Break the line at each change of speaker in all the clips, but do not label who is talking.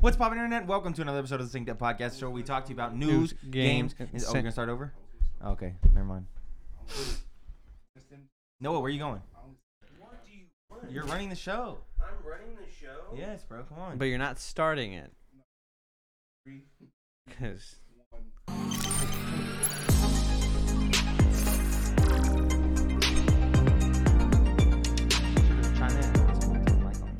What's poppin' internet? Welcome to another episode of the Sync Up Podcast, show where we talk to you about news,
News,
games.
games,
Is, oh,
and
we're
syn-
gonna start over. Okay, never mind. Noah, where you going? You're running the show.
I'm running the show.
Yes, bro. Come on.
But you're not starting it. Because
Chime in. Turn the mic on.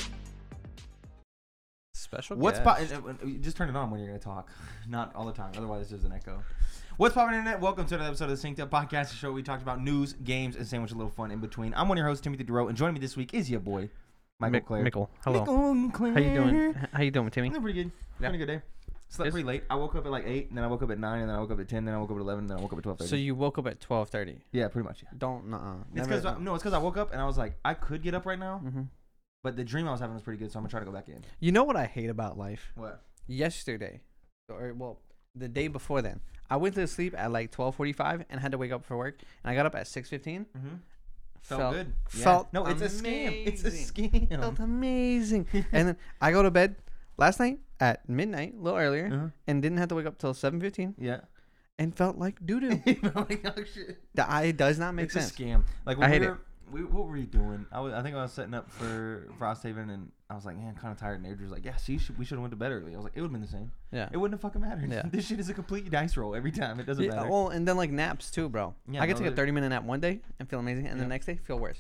special.
What's
guest.
poppin'? uh, uh, Just turn it on when you're gonna talk, not all the time. Otherwise, there's an echo. What's poppin' internet? Welcome to another episode of the Synced Up Podcast, the show where we talked about news, games, and sandwich a little fun in between. I'm one of your hosts, Timothy DeRoe, and joining me this week is your boy, Michael
Mick-
Clare.
Mickle. Hello.
Michael Clare.
How you doing? H- How you doing, Timmy?
I'm pretty good.
Yeah.
Having a good day. Slept
Yes.
pretty late. I woke up at like eight, and then I woke up at nine, and then I woke up at ten, then I woke up at eleven, then I woke up at twelve thirty.
So you woke up at twelve thirty.
yeah, pretty much. Yeah.
Don't nuh-uh.
It's
Never-
because no, it's because I woke up and I was like, I could get up right now,
Mhm.
but the dream I was having was pretty good, so I'm gonna try to go back in.
You know what I hate about life?
What?
Yesterday, or well, the day before then, I went to sleep at like twelve forty-five and had to wake up for work, and I got up at six fifteen.
Mm-hmm. Felt, good. Yeah.
Felt
no, it's a scam. It's a
amazing.
scam.
Felt amazing. and then I go to bed last night at midnight, a little earlier,
Uh-huh.
and didn't have to wake up till seven fifteen,
Yeah.
and felt like doo doo.
Like, oh, shit.
That I does not make
it's
sense.
a scam. Like when
I hate
we
it.
were, We, what were you doing? I, was, I think I was setting up for Frosthaven, and I was like, man, kind of tired. And Andrew was like, yeah, see, you should, we should have went to bed early. I was like, it would have been the same.
Yeah.
It wouldn't have fucking mattered.
Yeah.
this shit is a complete dice roll every time. It doesn't
Yeah,
matter.
well, and then like naps too, bro.
Yeah,
I could
no,
take a
there-
30 minute nap one day and feel amazing, and
Yeah.
the next day feel worse.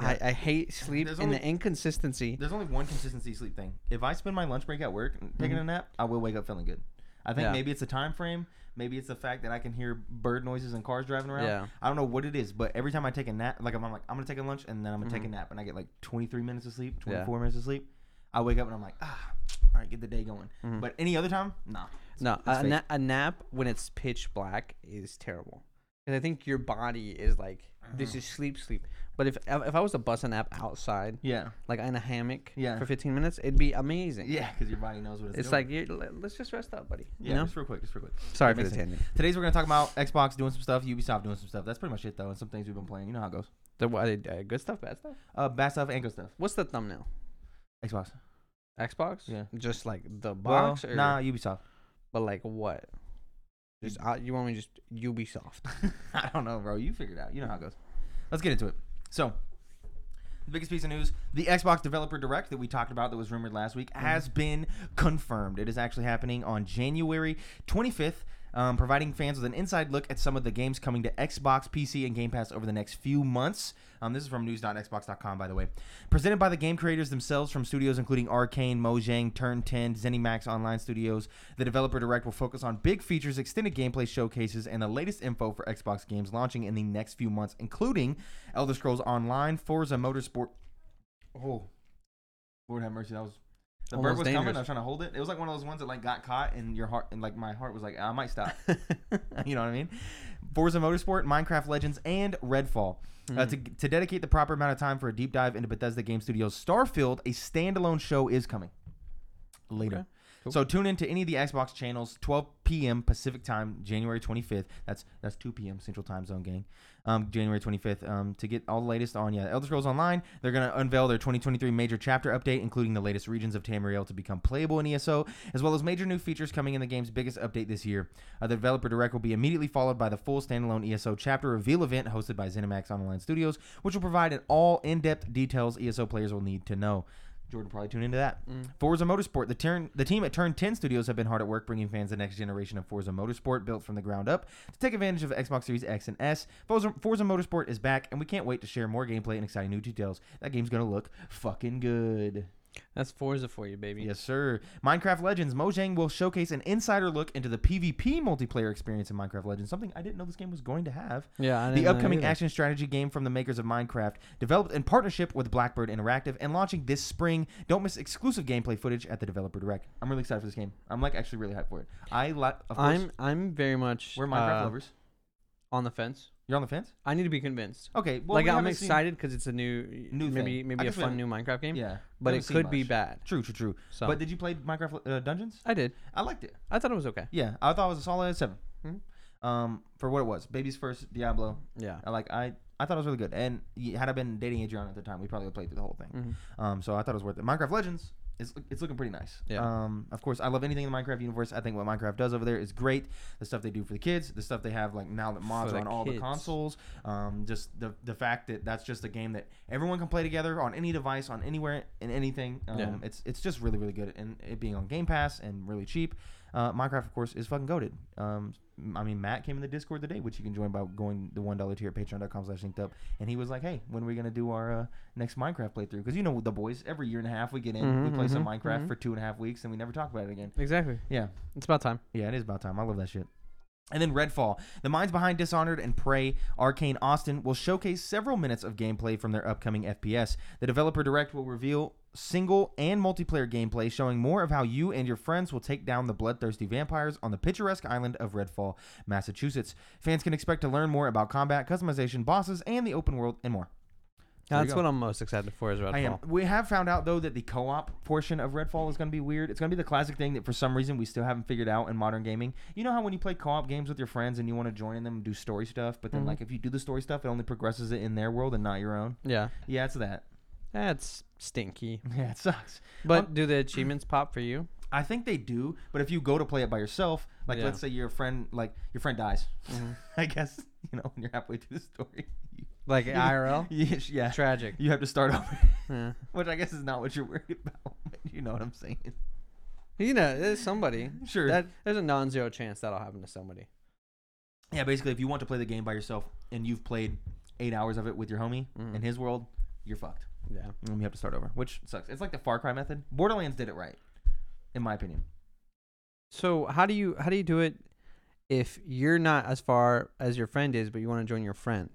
Yeah.
I, I hate sleep
There's
and
only-
the inconsistency.
There's only one consistency sleep thing. If I spend my lunch break at work and taking a nap, I will wake up feeling good. I think
Mm-hmm. Yeah.
maybe it's the time frame. Maybe it's the fact that I can hear bird noises and cars driving around.
Yeah.
I don't know what it is, but every time I take a nap, like I'm, I'm like, I'm gonna take a lunch and then I'm gonna take a
Mhm.
nap, and I get like 23 minutes of sleep,
Yeah.
24 minutes of sleep. I wake up and I'm like, ah, all right, get the day going.
Mhm.
But any other time, nah.
No,
it's
a,
fake.
na- a nap when it's pitch black is terrible. Because I think your body is like, this
Uh-huh.
is sleep, sleep. But if if I was to bust a nap outside,
Yeah,
like in a hammock
Yeah.
for 15 minutes, it'd be amazing.
yeah, because your body knows what it's.
It's
doing.
like, you let's just rest up, buddy.
yeah,
you know?
just real quick, just real quick.
Sorry
That
for the
makes sense.
tangent.
Today's we're gonna talk about Xbox doing some stuff, Ubisoft doing some stuff. That's pretty much it though, and some things we've been playing. You know how it goes.
The, what, uh, good stuff, bad stuff?
Uh, bad stuff and good stuff.
What's the thumbnail?
Xbox.
Xbox?
Yeah.
Just like the box?
Well,
or...
nah, Ubisoft.
But like what? Just uh, you want me to just Ubisoft?
I don't know, bro. You figured out. You know how it goes. Let's get into it. So, the biggest piece of news: the Xbox Developer Direct that we talked about, that was rumored last week,
Mm-hmm.
has been confirmed. It is actually happening on January 25th. Um, providing fans with an inside look at some of the games coming to Xbox, PC, and Game Pass over the next few months. Um, this is from news.xbox.com, by the way. Presented by the game creators themselves from studios including Arcane, Mojang, Turn 10, ZeniMax Online Studios, the Developer Direct will focus on big features, extended gameplay showcases, and the latest info for Xbox games launching in the next few months, including Elder Scrolls Online, Forza Motorsport. Oh, Lord have mercy, that was. The
Almost
bird was coming.
dangerous.
I was trying to hold it. It was like one of those ones that like got caught, and your heart, and like my heart was like, I might stop. you know what I mean? Forza Motorsport, Minecraft Legends, and Redfall. Uh, to, to dedicate the proper amount of time for a deep dive into Bethesda Game Studios Starfield, a standalone show is coming later.
Okay, cool.
So tune in to any of the Xbox channels, 12 p.m. Pacific time, January 25th. That's that's 2 p.m. Central Time Zone, gang. Um, January 25th. Um, to get all the latest on yeah, Elder Scrolls Online, they're gonna unveil their 2023 major chapter update, including the latest regions of Tamriel to become playable in ESO, as well as major new features coming in the game's biggest update this year. Uh, the developer direct will be immediately followed by the full standalone ESO chapter reveal event hosted by ZeniMax Online Studios, which will provide an all in-depth details ESO players will need to know. Jordan will probably tune into that.
Mm.
Forza Motorsport. The turn the team at Turn 10 Studios have been hard at work bringing fans the next generation of Forza Motorsport built from the ground up to take advantage of Xbox Series X and S. Forza, Forza Motorsport is back, and we can't wait to share more gameplay and exciting new details. That game's gonna look fucking good.
That's Forza for you, baby.
Yes, sir. Minecraft Legends. Mojang will showcase an insider look into the PvP multiplayer experience in Minecraft Legends, something I didn't know this game was going to have.
Yeah, I didn't
The
know
upcoming
either.
action strategy game from the makers of Minecraft, developed in partnership with Blackbird Interactive and launching this spring. Don't miss exclusive gameplay footage at the Developer Direct. I'm really excited for this game. I'm like actually really hyped for it. I li- of course,
I'm I'm very much
we're Minecraft
uh,
lovers.
on the fence.
You're on the fence.
I need to be convinced.
Okay, well,
like
we
I'm
haven't seen-
excited because it's a new,
New
new maybe
thing. I
maybe a
guess we
fun
haven't-
new Minecraft game.
Yeah,
but
haven't
it
seen
could be
much.
bad.
True, true, true.
So
But did you play Minecraft uh, Dungeons?
I did.
I liked it.
I thought it was okay.
Yeah, I thought it was a solid 7
Hmm.
Um, for what it was, baby's first Diablo.
Yeah.
I like I I thought it was really good. And y- had I been dating Adriana at the time, we probably would have played through the whole thing.
Mhm.
Um, so I thought it was worth it. Minecraft Legends it's, look- it's looking pretty nice.
Yeah.
Um, of course, I love anything in the Minecraft universe. I think what Minecraft does over there is great. The stuff they do for the kids, the stuff they have like now that mods
For
are
the
on all the
kids.
consoles. Um, just the the fact that that's just a game that everyone can play together on any device, on anywhere, in anything. Um,
Yeah.
It's it's just really really good, and it being on Game Pass and really cheap. Uh, Minecraft, of course, is fucking goaded. Um, I mean, Matt came in the Discord today, which you can join by going the one dollar tier at patreon.com slash linked up, and he was like, "Hey, when are we gonna do our uh, next Minecraft playthrough?" Because you know the boys, every year and a half we get in, we
Mhm,
play some
mhm,
Minecraft
mhm.
for two and a half weeks, and we never talk about it again.
Exactly.
Yeah,
It's about time.
yeah, it is about time. I love that shit. And then Redfall. The minds behind Dishonored and Prey, Arcane Austin, will showcase several minutes of gameplay from their upcoming FPS. The developer direct will reveal single and multiplayer gameplay showing more of how you and your friends will take down the bloodthirsty vampires on the picturesque island of Redfall, Massachusetts. Fans can expect to learn more about combat, customization, bosses, and the open world, and more. There you
That's
go.
what I'm most excited for is Redfall.
I am. We have found out though that the co-op portion of Redfall is going to be weird. It's going to be the classic thing that for some reason we still haven't figured out in modern gaming. You know how when you play co-op games with your friends and you want to join them and do story stuff, but then
Mhm.
like if you do the story stuff, it only progresses it in their world and not your own.
Yeah.
Yeah, it's that.
That's stinky.
Yeah, it sucks.
But do the achievements pop for you?
I think they do, but if you go to play it by yourself, like
Yeah.
let's say your friend, like your friend dies,
Mhm.
I guess you know when you're halfway through the story. You,
Like
you-
IRL?
Yeah, yeah.
Tragic.
You have to start over,
Yeah.
which I guess is not what you're worried about. but you know what I'm saying?
You know, there's somebody.
Sure.
That there's a non-zero chance that'll happen to somebody.
Yeah, basically, if you want to play the game by yourself and you've played eight hours of it with your homie
Mhm.
in his world, you're fucked.
Yeah.
Mm. And you have to start over, which sucks. It's like the Far Cry method. Borderlands did it right, in my opinion.
So how do you how do you do it if you're not as far as your friend is, but you want to join your friend?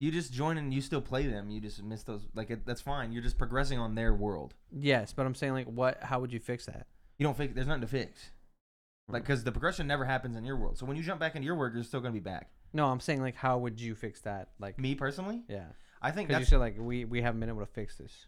You just join and you still play them. You just miss those. Like it, that's fine. You're just progressing on their world.
Yes, but I'm saying like what? How would you fix that?
You don't fix. There's nothing to fix. Like because the progression never happens in your world. So when you jump back into your world, you're still gonna be back.
No, I'm saying like how would you fix that? Like
Me personally,
yeah,
I think
because you
that's
said like we we haven't been able to fix this.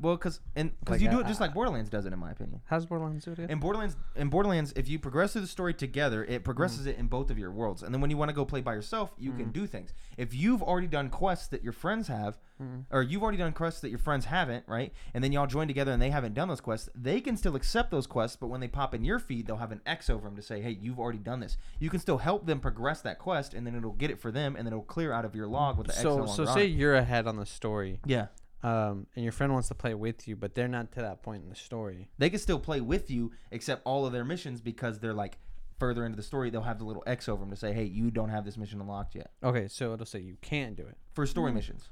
well because and because
Like,
you
I-
do it just
I-
like Borderlands does it, in my opinion.
How's Borderlands do it?
In Borderlands, in Borderlands, if you progress through the story together, it progresses
Mm.
it in both of your worlds. And then when you want to go play by yourself, you can
Mhm.
do things. If you've already done quests that your friends have,
Mhm.
or you've already done quests that your friends haven't, right? And then y'all join together and they haven't done those quests, they can still accept those quests. But when they pop in your feed, they'll have an X over them to say, "Hey, you've already done this." You can still help them progress that quest, and then it'll get it for them, and then it'll clear out of your log with the X.
So
no
so
longer on
say
it.
you're ahead on the story,
yeah.
um, and your friend wants to play with you, but they're not to that point in the story.
they can still play with you, except all of their missions because they're like further into the story, they'll have the little X over them to say, "Hey, you don't have this mission unlocked yet."
Okay, so it'll say you can't do it.
For story missions,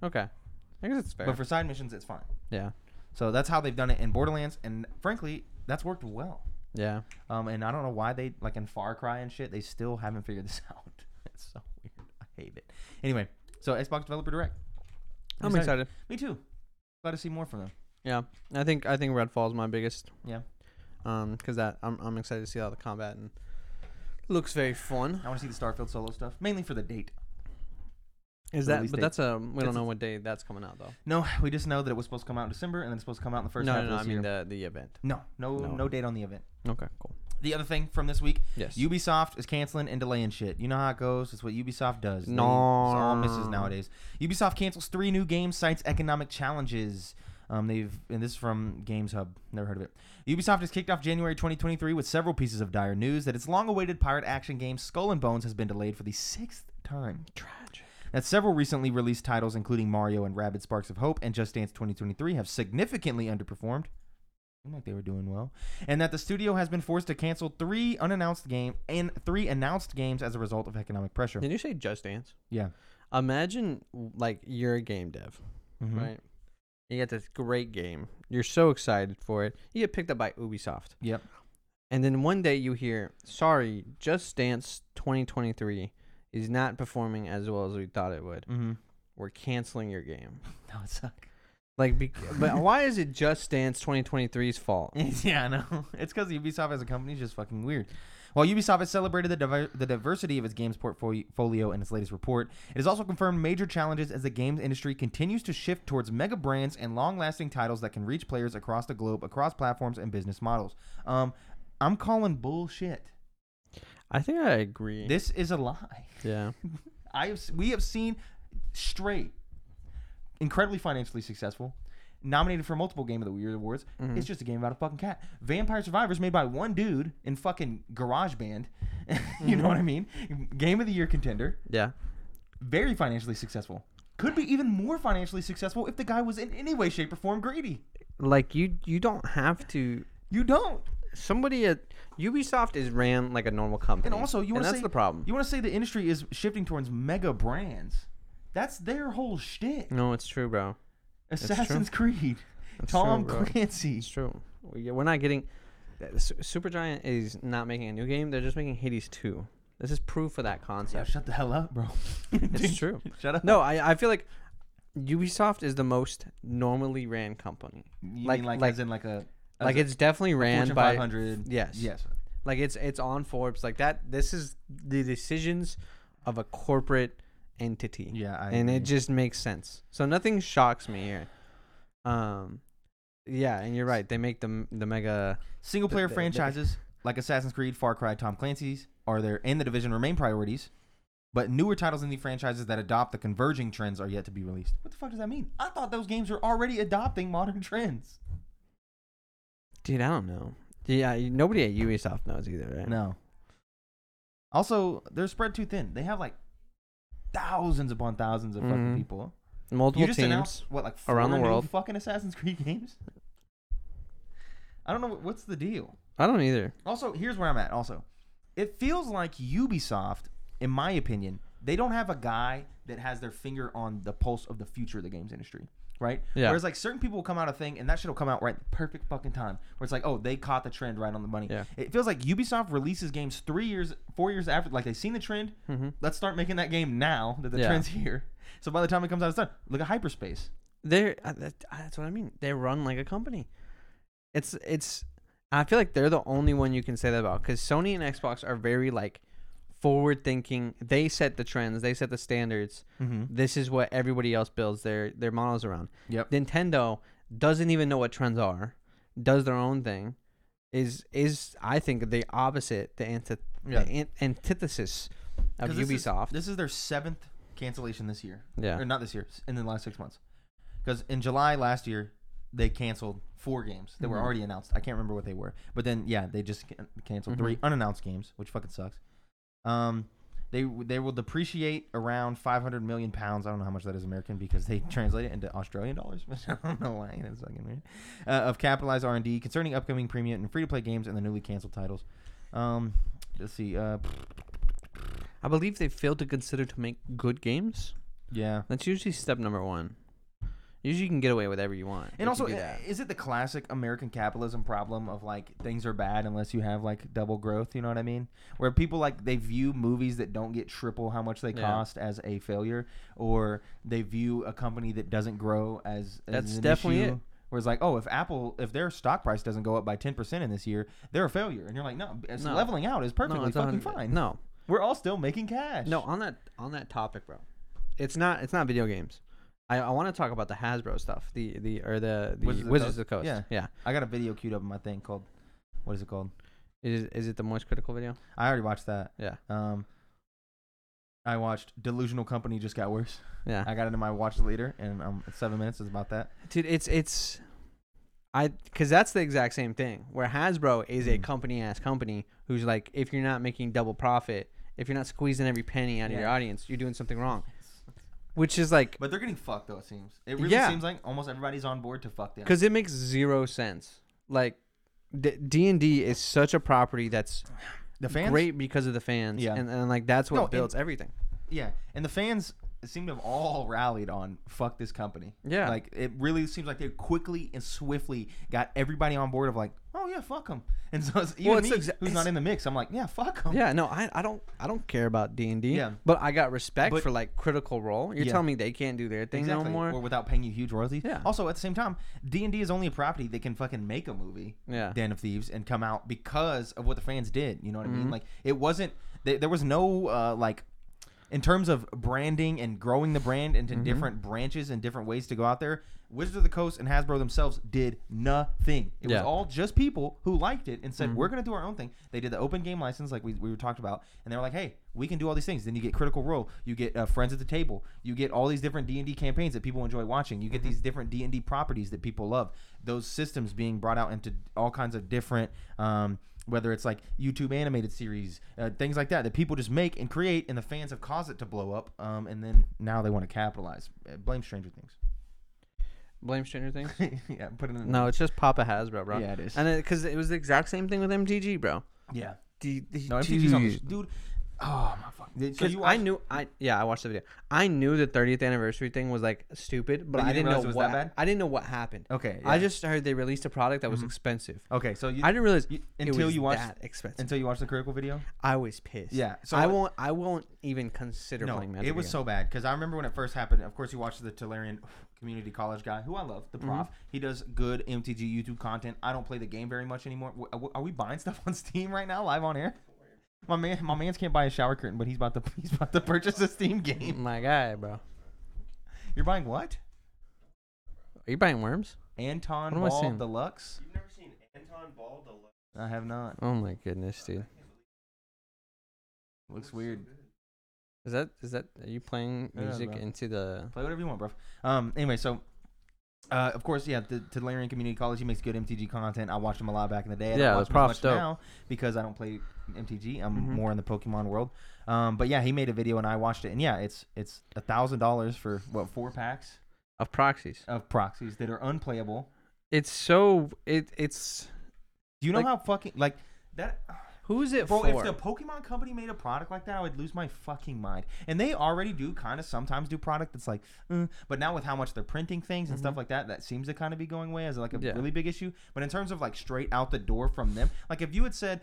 Okay, I guess it's Hmm. fair.
but for side missions, it's fine.
yeah,
So that's how they've done it in Borderlands, and frankly, that's worked well.
yeah.
Um, and I don't know why they like in Far Cry and shit, they still haven't figured this out. it's so weird. I hate it. Anyway, so Xbox Developer Direct.
I'm excited.
Me too. Glad to see more from them.
Yeah, I think I think Redfall is my biggest.
Yeah.
Um, because that I'm I'm excited to see all the combat and looks very fun.
I want to see the Starfield solo stuff, mainly for the date.
Is
The
that?
release
But
date.
that's a we
That's-
don't know what day that's coming out though.
No, we just know that it was supposed to come out in December, and then it's supposed to come out in the first
no,
half
no, no.
of
I
this
mean
year.
the the event.
No, no,
No.
no, date on the event.
Okay, cool.
The other thing from this week,
Yes.
Ubisoft is canceling and delaying shit. You know how it goes. It's what Ubisoft does. They-
No.
it's all misses nowadays. Ubisoft cancels three new games, cites economic challenges. Um, they've and this is from Games Hub. Never heard of it. Ubisoft has kicked off January 2023 with several pieces of dire news that its long-awaited pirate action game Skull and Bones has been delayed for the sixth time.
Tragic.
That several recently released titles, including Mario and Rabid Sparks of Hope and Just Dance 2023, have significantly underperformed. Seemed like they were doing well, and that the studio has been forced to cancel three unannounced game and three announced games as a result of economic pressure.
Did you say Just Dance?
Yeah.
Imagine like you're a game dev,
Mhm.
right? You got this great game. You're so excited for it. You get picked up by Ubisoft.
Yep.
And then one day you hear, "Sorry, Just Dance 2023 is not performing as well as we thought it would.
Mm-hmm.
We're canceling your game."
That would suck.
Like, bec- but why is it Just Dance 2023's fault?
yeah, I know. It's because Ubisoft as a company is just fucking weird. While Ubisoft has celebrated the, diver- the diversity of its games portfolio in its latest report, it has also confirmed major challenges as the games industry continues to shift towards mega brands and long lasting titles that can reach players across the globe, across platforms and business models. Um, I'm calling bullshit.
I think I agree.
This is a lie.
yeah.
I have, s- we have seen straight, incredibly financially successful, nominated for multiple Game of the Year awards.
Mm-hmm.
It's just a game about a fucking cat. Vampire Survivors made by one dude in fucking Garage Band. you know what
Mm-hmm.
I mean? Game of the Year contender.
Yeah.
Very financially successful. Could be even more financially successful if the guy was in any way, shape, or form greedy.
Like you you don't have to
You don't.
somebody at Ubisoft is ran like a normal company.
And also, you
and
want to
that's
say
the problem.
You want to say the industry is shifting towards mega brands. That's their whole shtick.
no, it's true, bro. Mm, true.
Assassin's Creed,
That's
Tom
true, bro.
Clancy.
It's true. We- We're not getting. Super Giant is not making a new game. They're just making Hades 2. This is proof of that
Yeah,
concept.
shut the hell up, bro.
It's
Dude,
true.
Shut up.
No, I, I feel like Ubisoft is the most normally ran company.
You
like-
mean like,
like-
as in like a as
Like
a
it's definitely ran
Fortune
by
500.
yes,
Yes.
Like it's it's on Forbes like that. This is the decisions of a corporate entity.
Yeah. I
and it
agree.
just makes sense. So nothing shocks me here. Um, yeah, and you're right. They make the m- the mega.
single player
the- the-
franchises like Assassin's Creed, Far Cry, Tom Clancy's are there and the division remain priorities. But newer titles in the franchises that adopt the converging trends are yet to be released. What the fuck does that mean? I thought those games were already adopting modern trends.
Dude, I don't know. Yeah, you- nobody at Ubisoft knows either, right?
No. Also, they're spread too thin. They have like thousands upon thousands of fucking
Mhm.
people.
Multiple
you just announced
teams.
what like four
around the
new
world.
fucking Assassin's Creed games. I don't know what- what's the deal.
I don't either.
Also, here's where I'm at. Also, it feels like Ubisoft, in my opinion, they don't have a guy that has their finger on the pulse of the future of the games industry, right?
Yeah.
Whereas like certain people will come out a thing, and that shit will come out right at the perfect fucking time, where it's like, oh, they caught the trend right on the money.
Yeah.
It feels like Ubisoft releases games three years, four years after, like they've seen the trend.
Mhm.
Let's start making that game now that the
Yeah.
trend's here. So by the time it comes out, it's done. Look at Hyperspace.
They're uh, that, uh, that's what I mean. They run like a company. It's it's. I feel like they're the only one you can say that about because Sony and Xbox are very like forward thinking. They set the trends. They set the standards.
Mm-hmm.
This is what everybody else builds their their models around.
Yep.
Nintendo doesn't even know what trends are, does their own thing, is is I think the opposite, the, anti-
Yeah.
the an- antithesis of
'Cause this is-
Ubisoft.
this is their seventh cancellation this year.
yeah,
or not this year s- in the last six months because in july last year they canceled four games that were
Mhm.
already announced i can't remember what they were but then yeah they just can- canceled
Mhm.
three unannounced games which fucking sucks um they w- they will depreciate around 500 million pounds i don't know how much that is american because they translate it into australian dollars but i don't know why that's fucking weird uh, of capitalized r&d concerning upcoming premium and free-to-play games and the newly canceled titles um let's see uh
I believe they failed to consider to make good games.
yeah
That's usually step number one. Usually, you can get away with whatever you want. if
And also, eh,
you
i-
do that.
is it the classic American capitalism problem of like things are bad unless you have like double growth? You know what I mean? Where people like they view movies that don't get triple how much they
Yeah.
cost as a failure, or they view a company that doesn't grow as, as
That's
an
definitely
issue.
it.
Where it's like, oh, if Apple, if their stock price doesn't go up by ten percent in this year, they're a failure. And you're like, no, it's
No.
leveling out is perfectly
no, it's a
fucking
hundred-
fine.
No,
We're all still making cash.
No, on that on that topic, bro. It's not it's not video games. I, I want to talk about the Hasbro stuff, the the or the, the
Wizards
Wizards,
of
of the Coast.
Yeah.
yeah.
I got a video queued up in my thing called, what is it called?
Is is it the most critical video?
I already watched that.
Yeah,
Um, I watched Delusional Company just got worse.
yeah.
I got into my watch later, and um, seven minutes is about that.
dude it's it's i because that's the exact same thing where hasbro is a
Mm.
company ass company who's like if you're not making double profit if you're not squeezing every penny out of your
Yeah.
audience you're doing something wrong which is like
But they're getting fucked though. It seems. It really
Yeah.
seems like almost everybody's on board to fuck them.
because it makes zero sense like D- d&d is such a property that's
the fans,
great because of the fans
Yeah.
and, and like that's what
No, and-
builds everything
yeah, and the fans seem to have all rallied on fuck this company.
Yeah.
like it really seems like they quickly and swiftly got everybody on board of like, oh yeah, fuck them. And so it's, even
Well, it's
me,
exa-
who's not
it's-
in the mix, I'm like, yeah, fuck them.
yeah no I, I don't i don't care about d&d
Yeah.
but i got respect
But-
for like critical role you're
Yeah.
telling me they can't do their thing
Exactly.
no more
Or without paying you huge royalties.
Yeah.
Also, at the same time, D and D is only a property that can fucking make a movie,
yeah
Den of Thieves, and come out because of what the fans did. You know what I mean?
Mhm.
Like it wasn't. There, there was no uh, like in terms of branding and growing the brand into
Mhm.
different branches and different ways to go out there, Wizards of the Coast and Hasbro themselves did nothing. It
Yeah.
was all just people who liked it and said,
Mhm.
"We're going to do our own thing." They did the open game license, like we we were talked about, and they were like, "Hey, we can do all these things." Then you get Critical Role, you get uh, Friends at the Table, you get all these different D and D campaigns that people enjoy watching. You get these different D and D properties that people love. Those systems being brought out into all kinds of different. Um, whether it's like YouTube animated series, uh, things like that, that people just make and create, and the fans have caused it to blow up, um, and then now they want to capitalize. Uh, Blame Stranger Things.
Blame Stranger Things.
yeah, put it in.
No, it's just Papa Hasbro, bro.
Yeah, it is.
And because it, was the exact same thing with MTG, bro.
yeah,
D-
no, MTG's on the sh- dude. Oh my fuck! Did- So
Because
you
I
watched-
knew, I yeah, I watched the video. I knew the 30th anniversary thing was like stupid, but,
But you
I
didn't
didn't,
realize it
know
was
what
that bad?
I didn't know what happened.
Okay,
I
yeah.
just heard they released a product that was expensive.
okay. So you
I didn't realize
you-
it
until
was
you watched-
that expensive.
until you watched the critical video.
I was pissed.
Yeah, so
So I
like-
won't. I won't even consider
No,
playing Magic.
it was
again.
so bad because I remember when it first happened. Of course, you watch the Tellurian Community College guy, who I love, the prof. He does good MTG YouTube content. I don't play the game very much anymore. W- w- Are we buying stuff on Steam right now, live on air? My man, my man's can't buy a shower curtain, but he's about to he's about to purchase a Steam game.
Oh My guy, bro. Are
You're buying what?
you buying worms?
Anton
What am I
Ball
saying?
Deluxe?
You've never seen Anton Ball Deluxe?
I have not.
Oh my goodness, dude.
Looks weird.
Is that is that are you playing
Yeah,
music
bro.
into the?
Play whatever you want, bro. Um. Anyway, so. Uh, of course, yeah. The Tellurian Community College, he makes good MTG content. I watched him a lot back in the day. I don't
Yeah, the
watch him as
prof's
much
dope.
now because I don't play MTG. I'm
Mhm.
more in the Pokemon world. Um, but yeah, he made a video and I watched it, and yeah, it's it's a thousand dollars for what four packs
of proxies?
of proxies that are unplayable.
It's so it it's
Do you know
Like-
how fucking like that?
who's it
Bro,
for?
if the Pokemon company made a product like that, I would lose my fucking mind. And they already do kind of sometimes do product that's like, uh, but now with how much they're printing things and stuff
Mhm.
like that, that seems to kind of be going away as like a
Yeah.
really big issue. But in terms of like straight out the door from them, like if you had said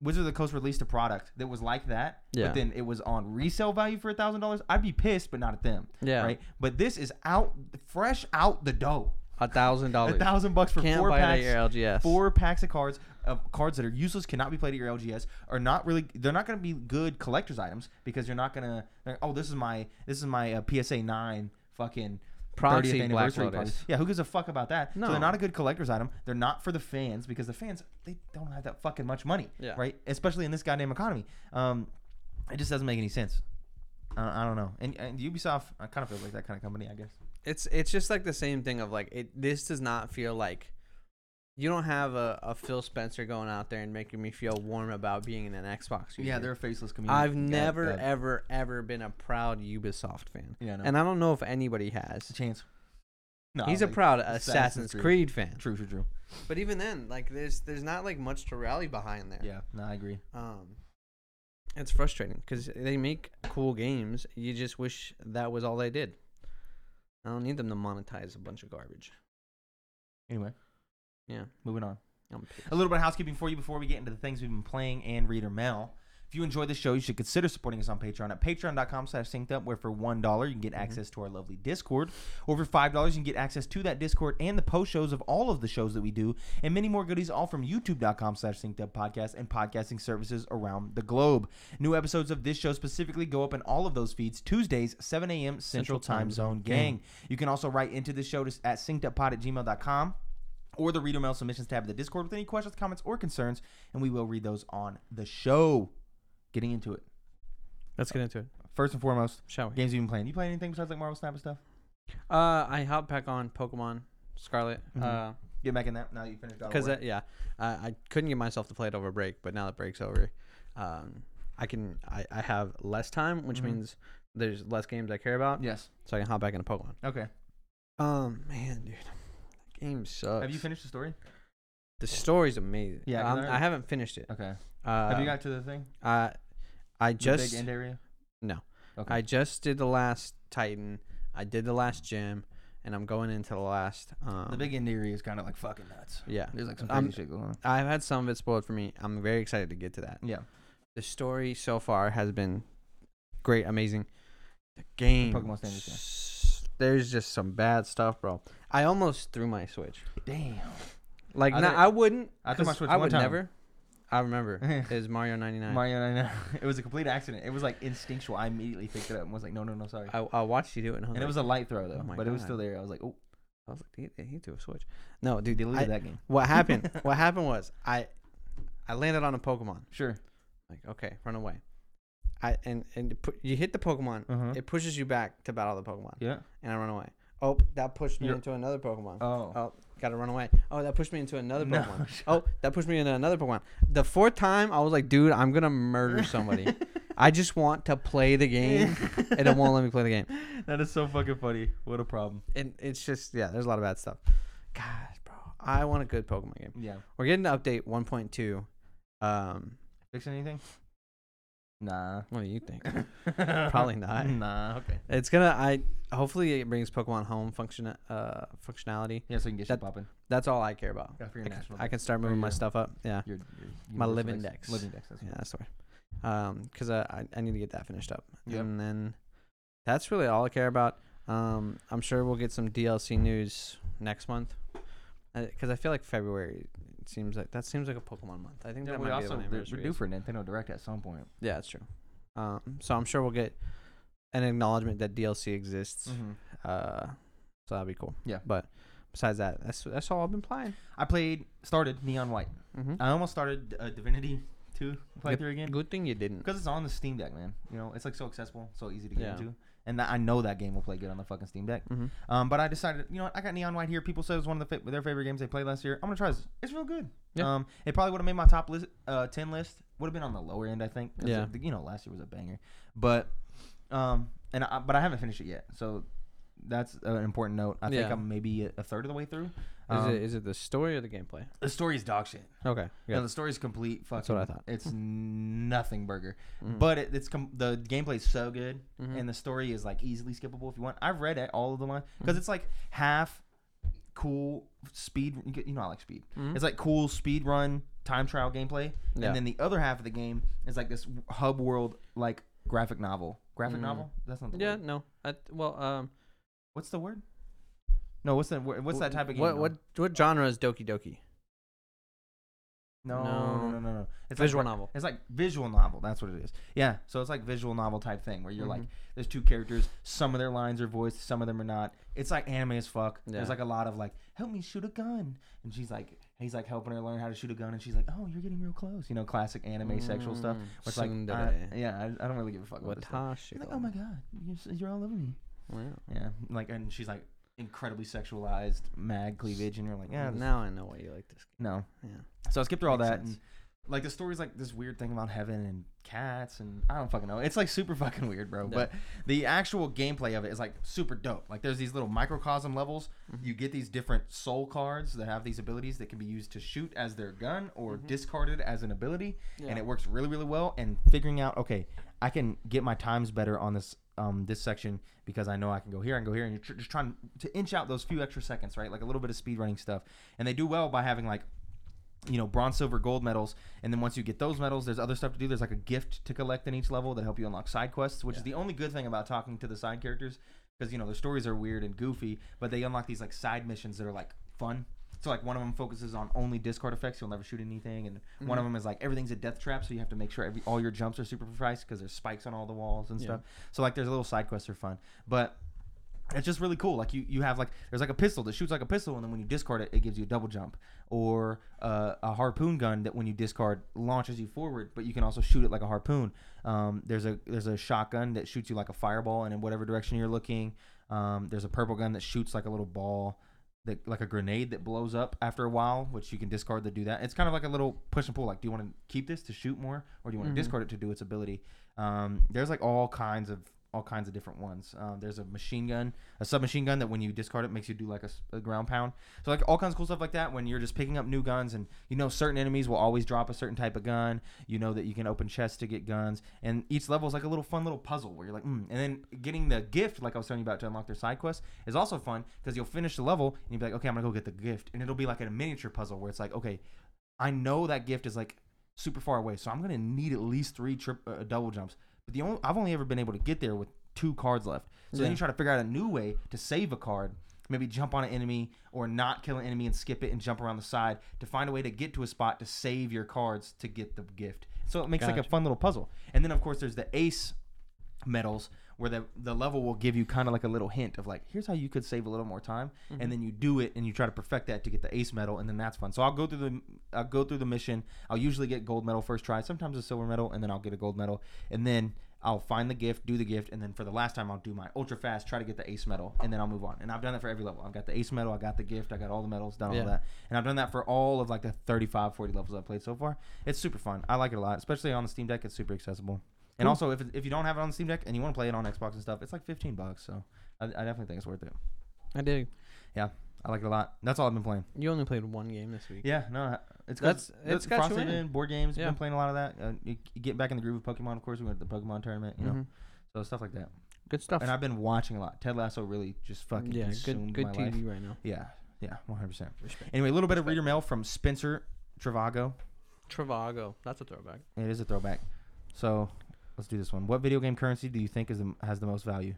Wizard of the Coast released a product that was like that,
Yeah.
but then it was on resale value for a thousand dollars, I'd be pissed, but not at them.
Yeah.
Right. But this is out fresh out the dough.
a thousand
A
dollars.
thousand bucks for
Can't
four
buy
packs
it at your LGS.
four packs of cards of cards that are useless, cannot be played at your LGS, are not really. They're not going to be good collector's items because you're not going to. Oh, this is my this is my uh, PSA nine fucking.
Proxy
30th
Black
anniversary
Lotus.
party. Yeah, who gives a fuck about that? So
No.
they're not a good collector's item. They're not for the fans because the fans they don't have that fucking much money,
Yeah.
right? Especially in this goddamn economy. Um, it just doesn't make any sense. Uh, I don't know. And, and Ubisoft, I kind of feel like that kind of company, I guess.
It's it's just like the same thing of like it. This does not feel like you don't have a, a Phil Spencer going out there and making me feel warm about being an Xbox user.
Yeah, they're a faceless community.
I've never e- ever ever been a proud Ubisoft fan,
Yeah, no.
and I don't know if anybody has.
chance. No,
He's a
like-
proud
Assassin's
Assassin's
Creed.
Creed fan.
True, true, true.
But even then, like there's there's not like much to rally behind there.
Yeah, no, I agree.
Um, it's frustrating because they make cool games. You just wish that was all they did. I don't need them to monetize a bunch of garbage.
Anyway,
Yeah.
moving on.
I'm
A little bit of housekeeping for you before we get into the things we've been playing and reader mail. If you enjoy the show, you should consider supporting us on Patreon at patreon.com slash synced up, where for $1 you can get access to our lovely Discord. Or for $5 you can get access to that Discord and the post shows of all of the shows that we do, and many more goodies, all from youtube.com slash synced up podcast and podcasting services around the globe. New episodes of this show specifically go up in all of those feeds Tuesdays, 7 a.m. Central,
Central
Time
Time
Zone,
Zone
gang. You can also write into the show to, at synceduppod at gmail.com or the reader mail submissions tab of the Discord with any questions, comments, or concerns, and we will read those on the show. Getting into it.
Let's get into it,
First and foremost,
shall we?
games you've been playing. You play anything besides like Marvel Snap and stuff?
Uh, I hop back on Pokemon Scarlet.
Mhm.
Uh,
Get back in that now that you finished God of
because
War.
uh, yeah, I, I couldn't get myself to play it over break, but now that break's over, um, I can I, I have less time, which
Mhm.
means there's less games I care about,
Yes.
so I can hop back into Pokemon.
Okay.
Um, man, dude, that game sucks.
Have you finished the story?
The story's amazing.
Yeah,
Yeah,
'cause
um,
I-
I haven't finished it.
Okay.
Uh,
Have you got to the thing?
Uh, I
The
just
big end area?
no.
Okay.
I just did the last Titan. I did the last gym, and I'm going into the last. Um,
the big end area is kind of like fucking nuts.
Yeah,
There's like some crazy
Um,
shit going on.
I've had some of it spoiled for me. I'm very excited to get to that.
Yeah.
The story so far has been great, amazing. The game.
Pokemon standards, yeah.
s- There's just some bad stuff, bro. I almost threw my Switch.
Damn.
Like,
I
I, no,
did-
I wouldn't.
I threw my
'cause
Switch
I
one
would
time.
never. I remember. is Mario 99.
Mario 99. It was a complete accident. It was like instinctual. I immediately picked it up and was like, no, no, no, sorry.
I, I watched you do it, and, I was
and it was a light throw though,
Oh my
but it was
God.
still there. I was like, oh,
I was like, he, he threw a switch. No, dude,
deleted
I-
that game.
what happened? what happened was I, I landed on a Pokemon.
Sure.
Like, okay, run away. I and and it pu- you hit the Pokemon.
Uh-huh.
It pushes you back to battle the Pokemon,
yeah.
and I run away. Oh, that pushed me
You're-
into another Pokemon.
Oh.
Oh, gotta run away. Oh, that pushed me into another
No,
Pokemon.
shut
oh, that pushed me into another Pokemon. The fourth time, I was like, dude, I'm gonna murder somebody. I just want to play the game, and it won't let me play the game.
That is so fucking funny. What a problem.
And it's just, yeah, there's a lot of bad stuff. Gosh, bro, I want a good Pokemon game.
Yeah.
We're getting to update 1.2. Um,
Fix anything? Nah.
what do you think?
Probably
not.
Nah. Okay.
It's gonna, I hopefully it brings Pokemon Home function, uh, functionality.
Yeah, so you can get
That-
shit popping.
That's all I care about.
Yeah, for
I
your
can,
national.
I
deck.
can start moving my
your-
stuff up. Yeah.
Your, your
my
universal
living decks.
Living decks. That's
Yeah,
right.
that's the word. Um, cause I, I I need to get that finished up,
Yep.
and then that's really all I care about. Um, I'm sure we'll get some DLC news next month, Uh 'cause I feel like February it seems like that seems like a Pokemon month. I think
Yeah,
that
we
might be
also
the one
we're
anniversary
due
is.
for Nintendo Direct at some point.
Yeah, that's true. Um, so I'm sure we'll get an acknowledgement that DLC exists. Uh, so that'll be cool.
Mm-hmm. Yeah.
But besides that, that's that's all I've been playing.
I played started Neon White.
Mm-hmm.
I almost started uh, Divinity Two
Yep.
playthrough again
Good thing you didn't.
because it's on the Steam Deck, man. You know, it's like so accessible, so easy to get
Yeah.
into, and that, I know that game will play good on the fucking Steam Deck.
Mm-hmm.
Um, but I decided, you know, what, I got Neon White here. People said it was one of the fa- their favorite games they played last year. I'm gonna try this. It's real good.
Yeah.
Um, it probably would have made my top list, uh, ten list. Would have been on the lower end, I think. 'cause
Yeah.
it- you know, last year was a banger, but, um, and I, but I haven't finished it yet, so that's uh, an important note. I think
Yeah.
I'm maybe a, a third of the way through.
Is
Um,
it is it the story or the gameplay?
the story's dog shit.
Okay.
Yeah,
Good.
the story's complete. Fucking,
That's what I thought. Hmm.
It's nothing burger,
Mhm.
but it, it's com- the gameplay's so good,
Mhm.
and the story is like easily skippable if you want. I've read it, all of them
Mm-hmm.
because it's like half cool speed. You get- you know, I like speed.
Mhm.
It's like cool speed run time trial gameplay,
Yeah.
and then the other half of the game is like this hub world like graphic novel. Graphic
Mm.
novel? That's not the
Yeah,
word.
no. I, well, um,
What's the word? No, what's the wor- what's that type of game?
What
though?
what what genre is Doki Doki?
No, no,
No.
no, no, no. It's like
Visual novel.
It's like visual novel. That's what it is. Yeah. So it's like visual novel type thing where you're like,
Mhm.
there's two characters. Some of their lines are voiced, some of them are not. It's like anime as fuck.
Yeah.
There's like a lot of like, help me shoot a gun, and she's like, he's like helping her learn how to shoot a gun, and she's like, oh, you're getting real close. You know, classic anime sexual stuff.
Mm,
Which like, I,
tsundere.
yeah, I, I don't really give a fuck about this stuff.
Watashi.
She's like, oh my god, you're, s- you're all over me.
Wow.
Yeah. Like, and she's like incredibly sexualized, mag cleavage, and you're like, yeah, this-
now I know why you like this.
no.
game. Yeah.
So I skipped through all
Makes
that,
sense.
and like the story's like this weird thing about heaven and cats, and I don't fucking know. It's like super fucking weird, bro.
Yeah.
But the actual gameplay of it is like super dope. Like there's these little microcosm levels.
Mhm.
You get these different soul cards that have these abilities that can be used to shoot as their gun or
Mhm.
discarded as an ability,
Yeah.
and it works really really well. And figuring out okay, I can get my times better on this. Um, this section because I know I can go here and go here, and you're tr- just trying to inch out those few extra seconds, right? Like a little bit of speed running stuff, and they do well by having like you know bronze silver gold medals and then once you get those medals there's other stuff to do there's like a gift to collect in each level that help you unlock side quests which is
Yeah.
the only good thing about talking to the side characters because you know their stories are weird and goofy but they unlock these like side missions that are like fun so like one of them focuses on only discard effects you'll never shoot anything and one
Mm-hmm.
of them is like everything's a death trap so you have to make sure every all your jumps are super precise because there's spikes on all the walls and
Yeah.
stuff so like there's little side quests are fun but it's just really cool. Like you, you have like there's like a pistol that shoots like a pistol, and then when you discard it, it gives you a double jump, or uh, a harpoon gun that when you discard launches you forward, but you can also shoot it like a harpoon. Um, there's a there's a shotgun that shoots you like a fireball, and in whatever direction you're looking. Um, there's a purple gun that shoots like a little ball, that like a grenade that blows up after a while, which you can discard to do that. It's kind of like a little push and pull. Like, do you want to keep this to shoot more, or do you want to
Mhm.
discard it to do its ability? Um, there's like all kinds of all kinds of different ones. Um, there's a machine gun a submachine gun that when you discard it makes you do like a, s- a ground pound. So like all kinds of cool stuff like that. When you're just picking up new guns, and you know certain enemies will always drop a certain type of gun. You know that you can open chests to get guns, and each level is like a little fun little puzzle where you're like, mm. and then getting the gift, like I was telling you about to unlock their side quest, is also fun because you'll finish the level and you'll be like, okay, I'm gonna go get the gift, and it'll be like a miniature puzzle where it's like, okay, I know that gift is like super far away, so I'm gonna need at least three trip uh, double jumps. But the only I've only ever been able to get there with two cards left. So then
Yeah.
you try to figure out a new way to save a card maybe jump on an enemy or not kill an enemy and skip it and jump around the side to find a way to get to a spot to save your cards to get the gift. So it makes like a
Gotcha.
fun little puzzle. And then of course there's the ace medals where the the level will give you kind of like a little hint of like here's how you could save a little more time and then you do it and you try to perfect that to get the ace medal and then that's fun. So I'll go through the I'll go through the mission. I'll usually get gold medal first try, sometimes a silver medal and then I'll get a gold medal and then I'll find the gift, do the gift, and then for the last time I'll do my ultra fast, try to get the ace medal, and then I'll move on. And I've done that for every level. I've got the ace medal, I got the gift, I got all the medals, done
Yeah.
all that. And I've done that for all of like the 35, 40 levels I've played so far. It's super fun. I like it a lot, especially on the Steam Deck. It's super accessible. And
Cool.
also, if, if you don't have it on the Steam Deck and you want to play it on Xbox and stuff, it's like 15 bucks. So I, I definitely think it's worth it.
I did.
I like it a lot. That's all I've been playing.
You only played one game this week.
Yeah, no, it's
That's-
it's
it's got you in.
board games.
Yeah.
Been playing a lot of that. Uh, you, you get back in the groove of Pokemon. Of course, we went to the Pokemon tournament. You know,
Mhm.
so stuff like that.
good stuff.
Mm-hmm. And I've been watching a lot. Ted Lasso really just fucking
yeah,
consumed
good, good
my
TV
life.
right now.
Yeah, yeah, one hundred percent.
Respect.
Anyway, a little bit of reader mail from Spencer Travago.
Travago, that's a throwback.
It is a throwback. So let's do this one. What video game currency do you think is the, has the most value?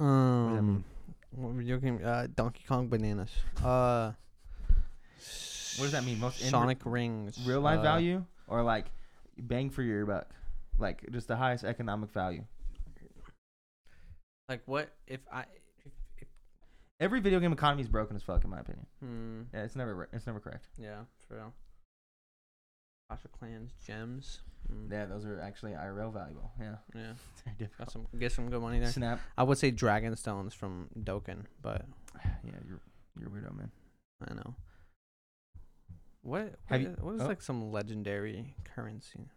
Um,
What does that mean?
What video game? Uh, Donkey Kong bananas. Uh,
What does that mean? Most in-
Sonic rings.
Real life
uh,
value or like bang for your buck? Like just the highest economic value.
Like what if I? If, if,
Every video game economy is broken as fuck, in my opinion.
hmm,
Yeah, it's never ri- it's never correct.
yeah, true. Clash of Clans gems. Mm,
Yeah, those are actually IRL valuable. Yeah,
yeah,
it's very
got
difficult.
some get some good money there.
Snap.
I would say dragon stones from Dokken, but
Yeah, you're you're a weirdo, man.
I know. What
Have
what,
you-
is- what was
oh.
like some legendary currency?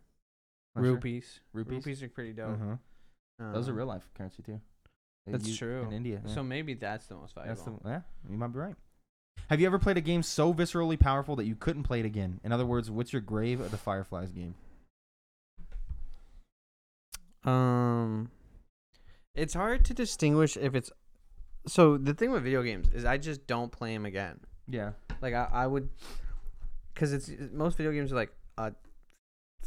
Not sure.
Rupees.
Rupees.
Rupees are pretty dope.
Uh-huh. Those are
Um,
real life currency too. They
that's
use
true.
In India, yeah.
So maybe Mm-hmm. that's the most valuable.
that's the, yeah, you might be right. Have you ever played a game so viscerally powerful that you couldn't play it again? In other words, what's your grave of the Fireflies game?
Um, it's hard to distinguish if it's. So the thing with video games is I just don't play them again.
Yeah,
Like I, I would, because it's most video games are like a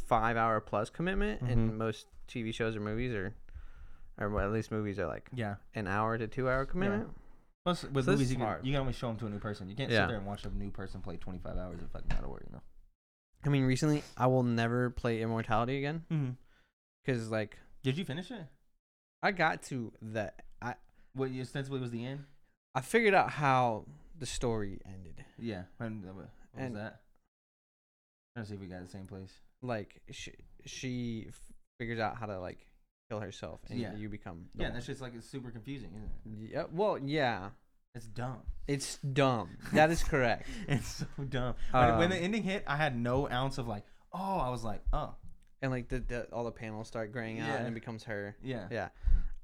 five hour plus commitment,
Mhm.
and most TV shows or movies are, or well, at least movies are like
yeah.
an hour to two hour commitment.
Plus, with
So this
movies,
is
you can,
hard.
you can only show them to a new person. You can't
Yeah.
sit there and watch a new person play 25 hours of fucking God of War, you know?
I mean, recently I will never play Immortality again
Mm-hmm.
because like
Did you finish it?
I got to the I
What you ostensibly was the end?
I figured out how the story ended.
Yeah. And, uh, what
And-
was that? trying to see if we got the same place.
like she she f- figures out how to like kill herself and
Yeah.
you become the
Yeah,
one.
that's just like it's super confusing, isn't it?
yeah well yeah
It's dumb.
it's dumb that is correct
It's so dumb. When- when the
Um,
ending hit, I had no ounce of like, oh, I was like, oh,
and like the, the all the panels start graying out and
Yeah.
it becomes her
yeah.
yeah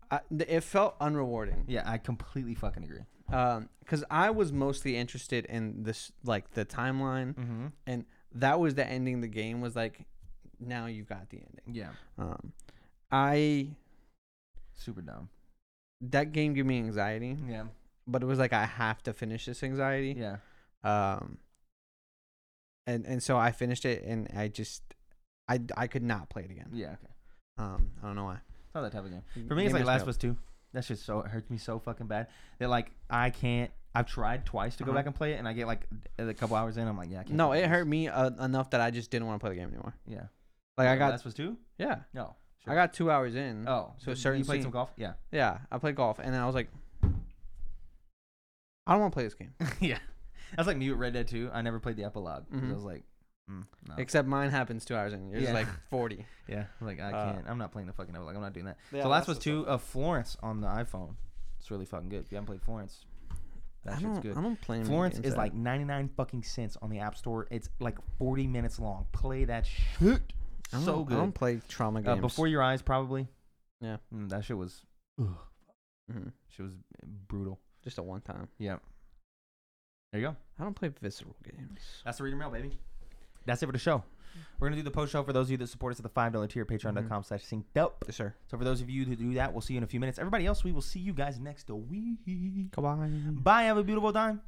I, th- it felt unrewarding
Yeah, I completely fucking agree.
Um 'cause because i was mostly interested in this like the timeline
Mm-hmm.
and that was the ending the game was like now you've got the ending
Yeah,
um i
super dumb.
that game gave me anxiety
Yeah,
but it was like i have to finish this anxiety
yeah.
um and and so i finished it and i just i i could not play it again
Yeah, okay.
um i don't know why
It's not that type of game. For me, it's like Last of Us 2. That shit so it hurts me so fucking bad that like I can't. I've tried twice to go
Uh-huh.
back and play it, and I get like a couple hours in, I'm like, yeah, I can't.
no
fucking
it
do
hurt me uh, enough that i just didn't want to play the game anymore
this. Yeah,
like i got
Last was two.
yeah
No,
i got two hours in
Oh,
So
so
certain
you played some
scene-
golf? Yeah,
yeah i played golf and then i was like i don't want to play this game
yeah. That's like me with Red Dead 2. I never played the epilogue. 'cause
Mhm.
I was like, mm, no.
except mine happens two hours in you're just
Yeah.
like 40
yeah, like I
Uh,
can't. I'm not playing the fucking epilogue. I'm not doing that. so last was two of Florence on the iPhone. It's really fucking good. If you haven't played Florence, that
I
shit's
don't,
good.
I don't play many
Florence
games
is
that-
like 99 fucking cents on the App Store. It's like 40 minutes long. Play that shit.
I
So
don't- I
good.
don't play trauma
Uh,
games
before your eyes, probably.
Yeah.
Mm, that shit was. Ugh,
Mhm.
shit was brutal.
just a one time
Yeah. There you go.
i don't play visceral games
That's the reader mail, baby. That's it for the show.
Mm.
We're gonna do the post show for those of you that support us at the five dollar tier,
Mm-hmm.
patreon.com slash synced up.
yes sir
So for those of you who do that, we'll see you in a few minutes. Everybody else, we will see you guys next week.
goodbye
Bye, have a beautiful time.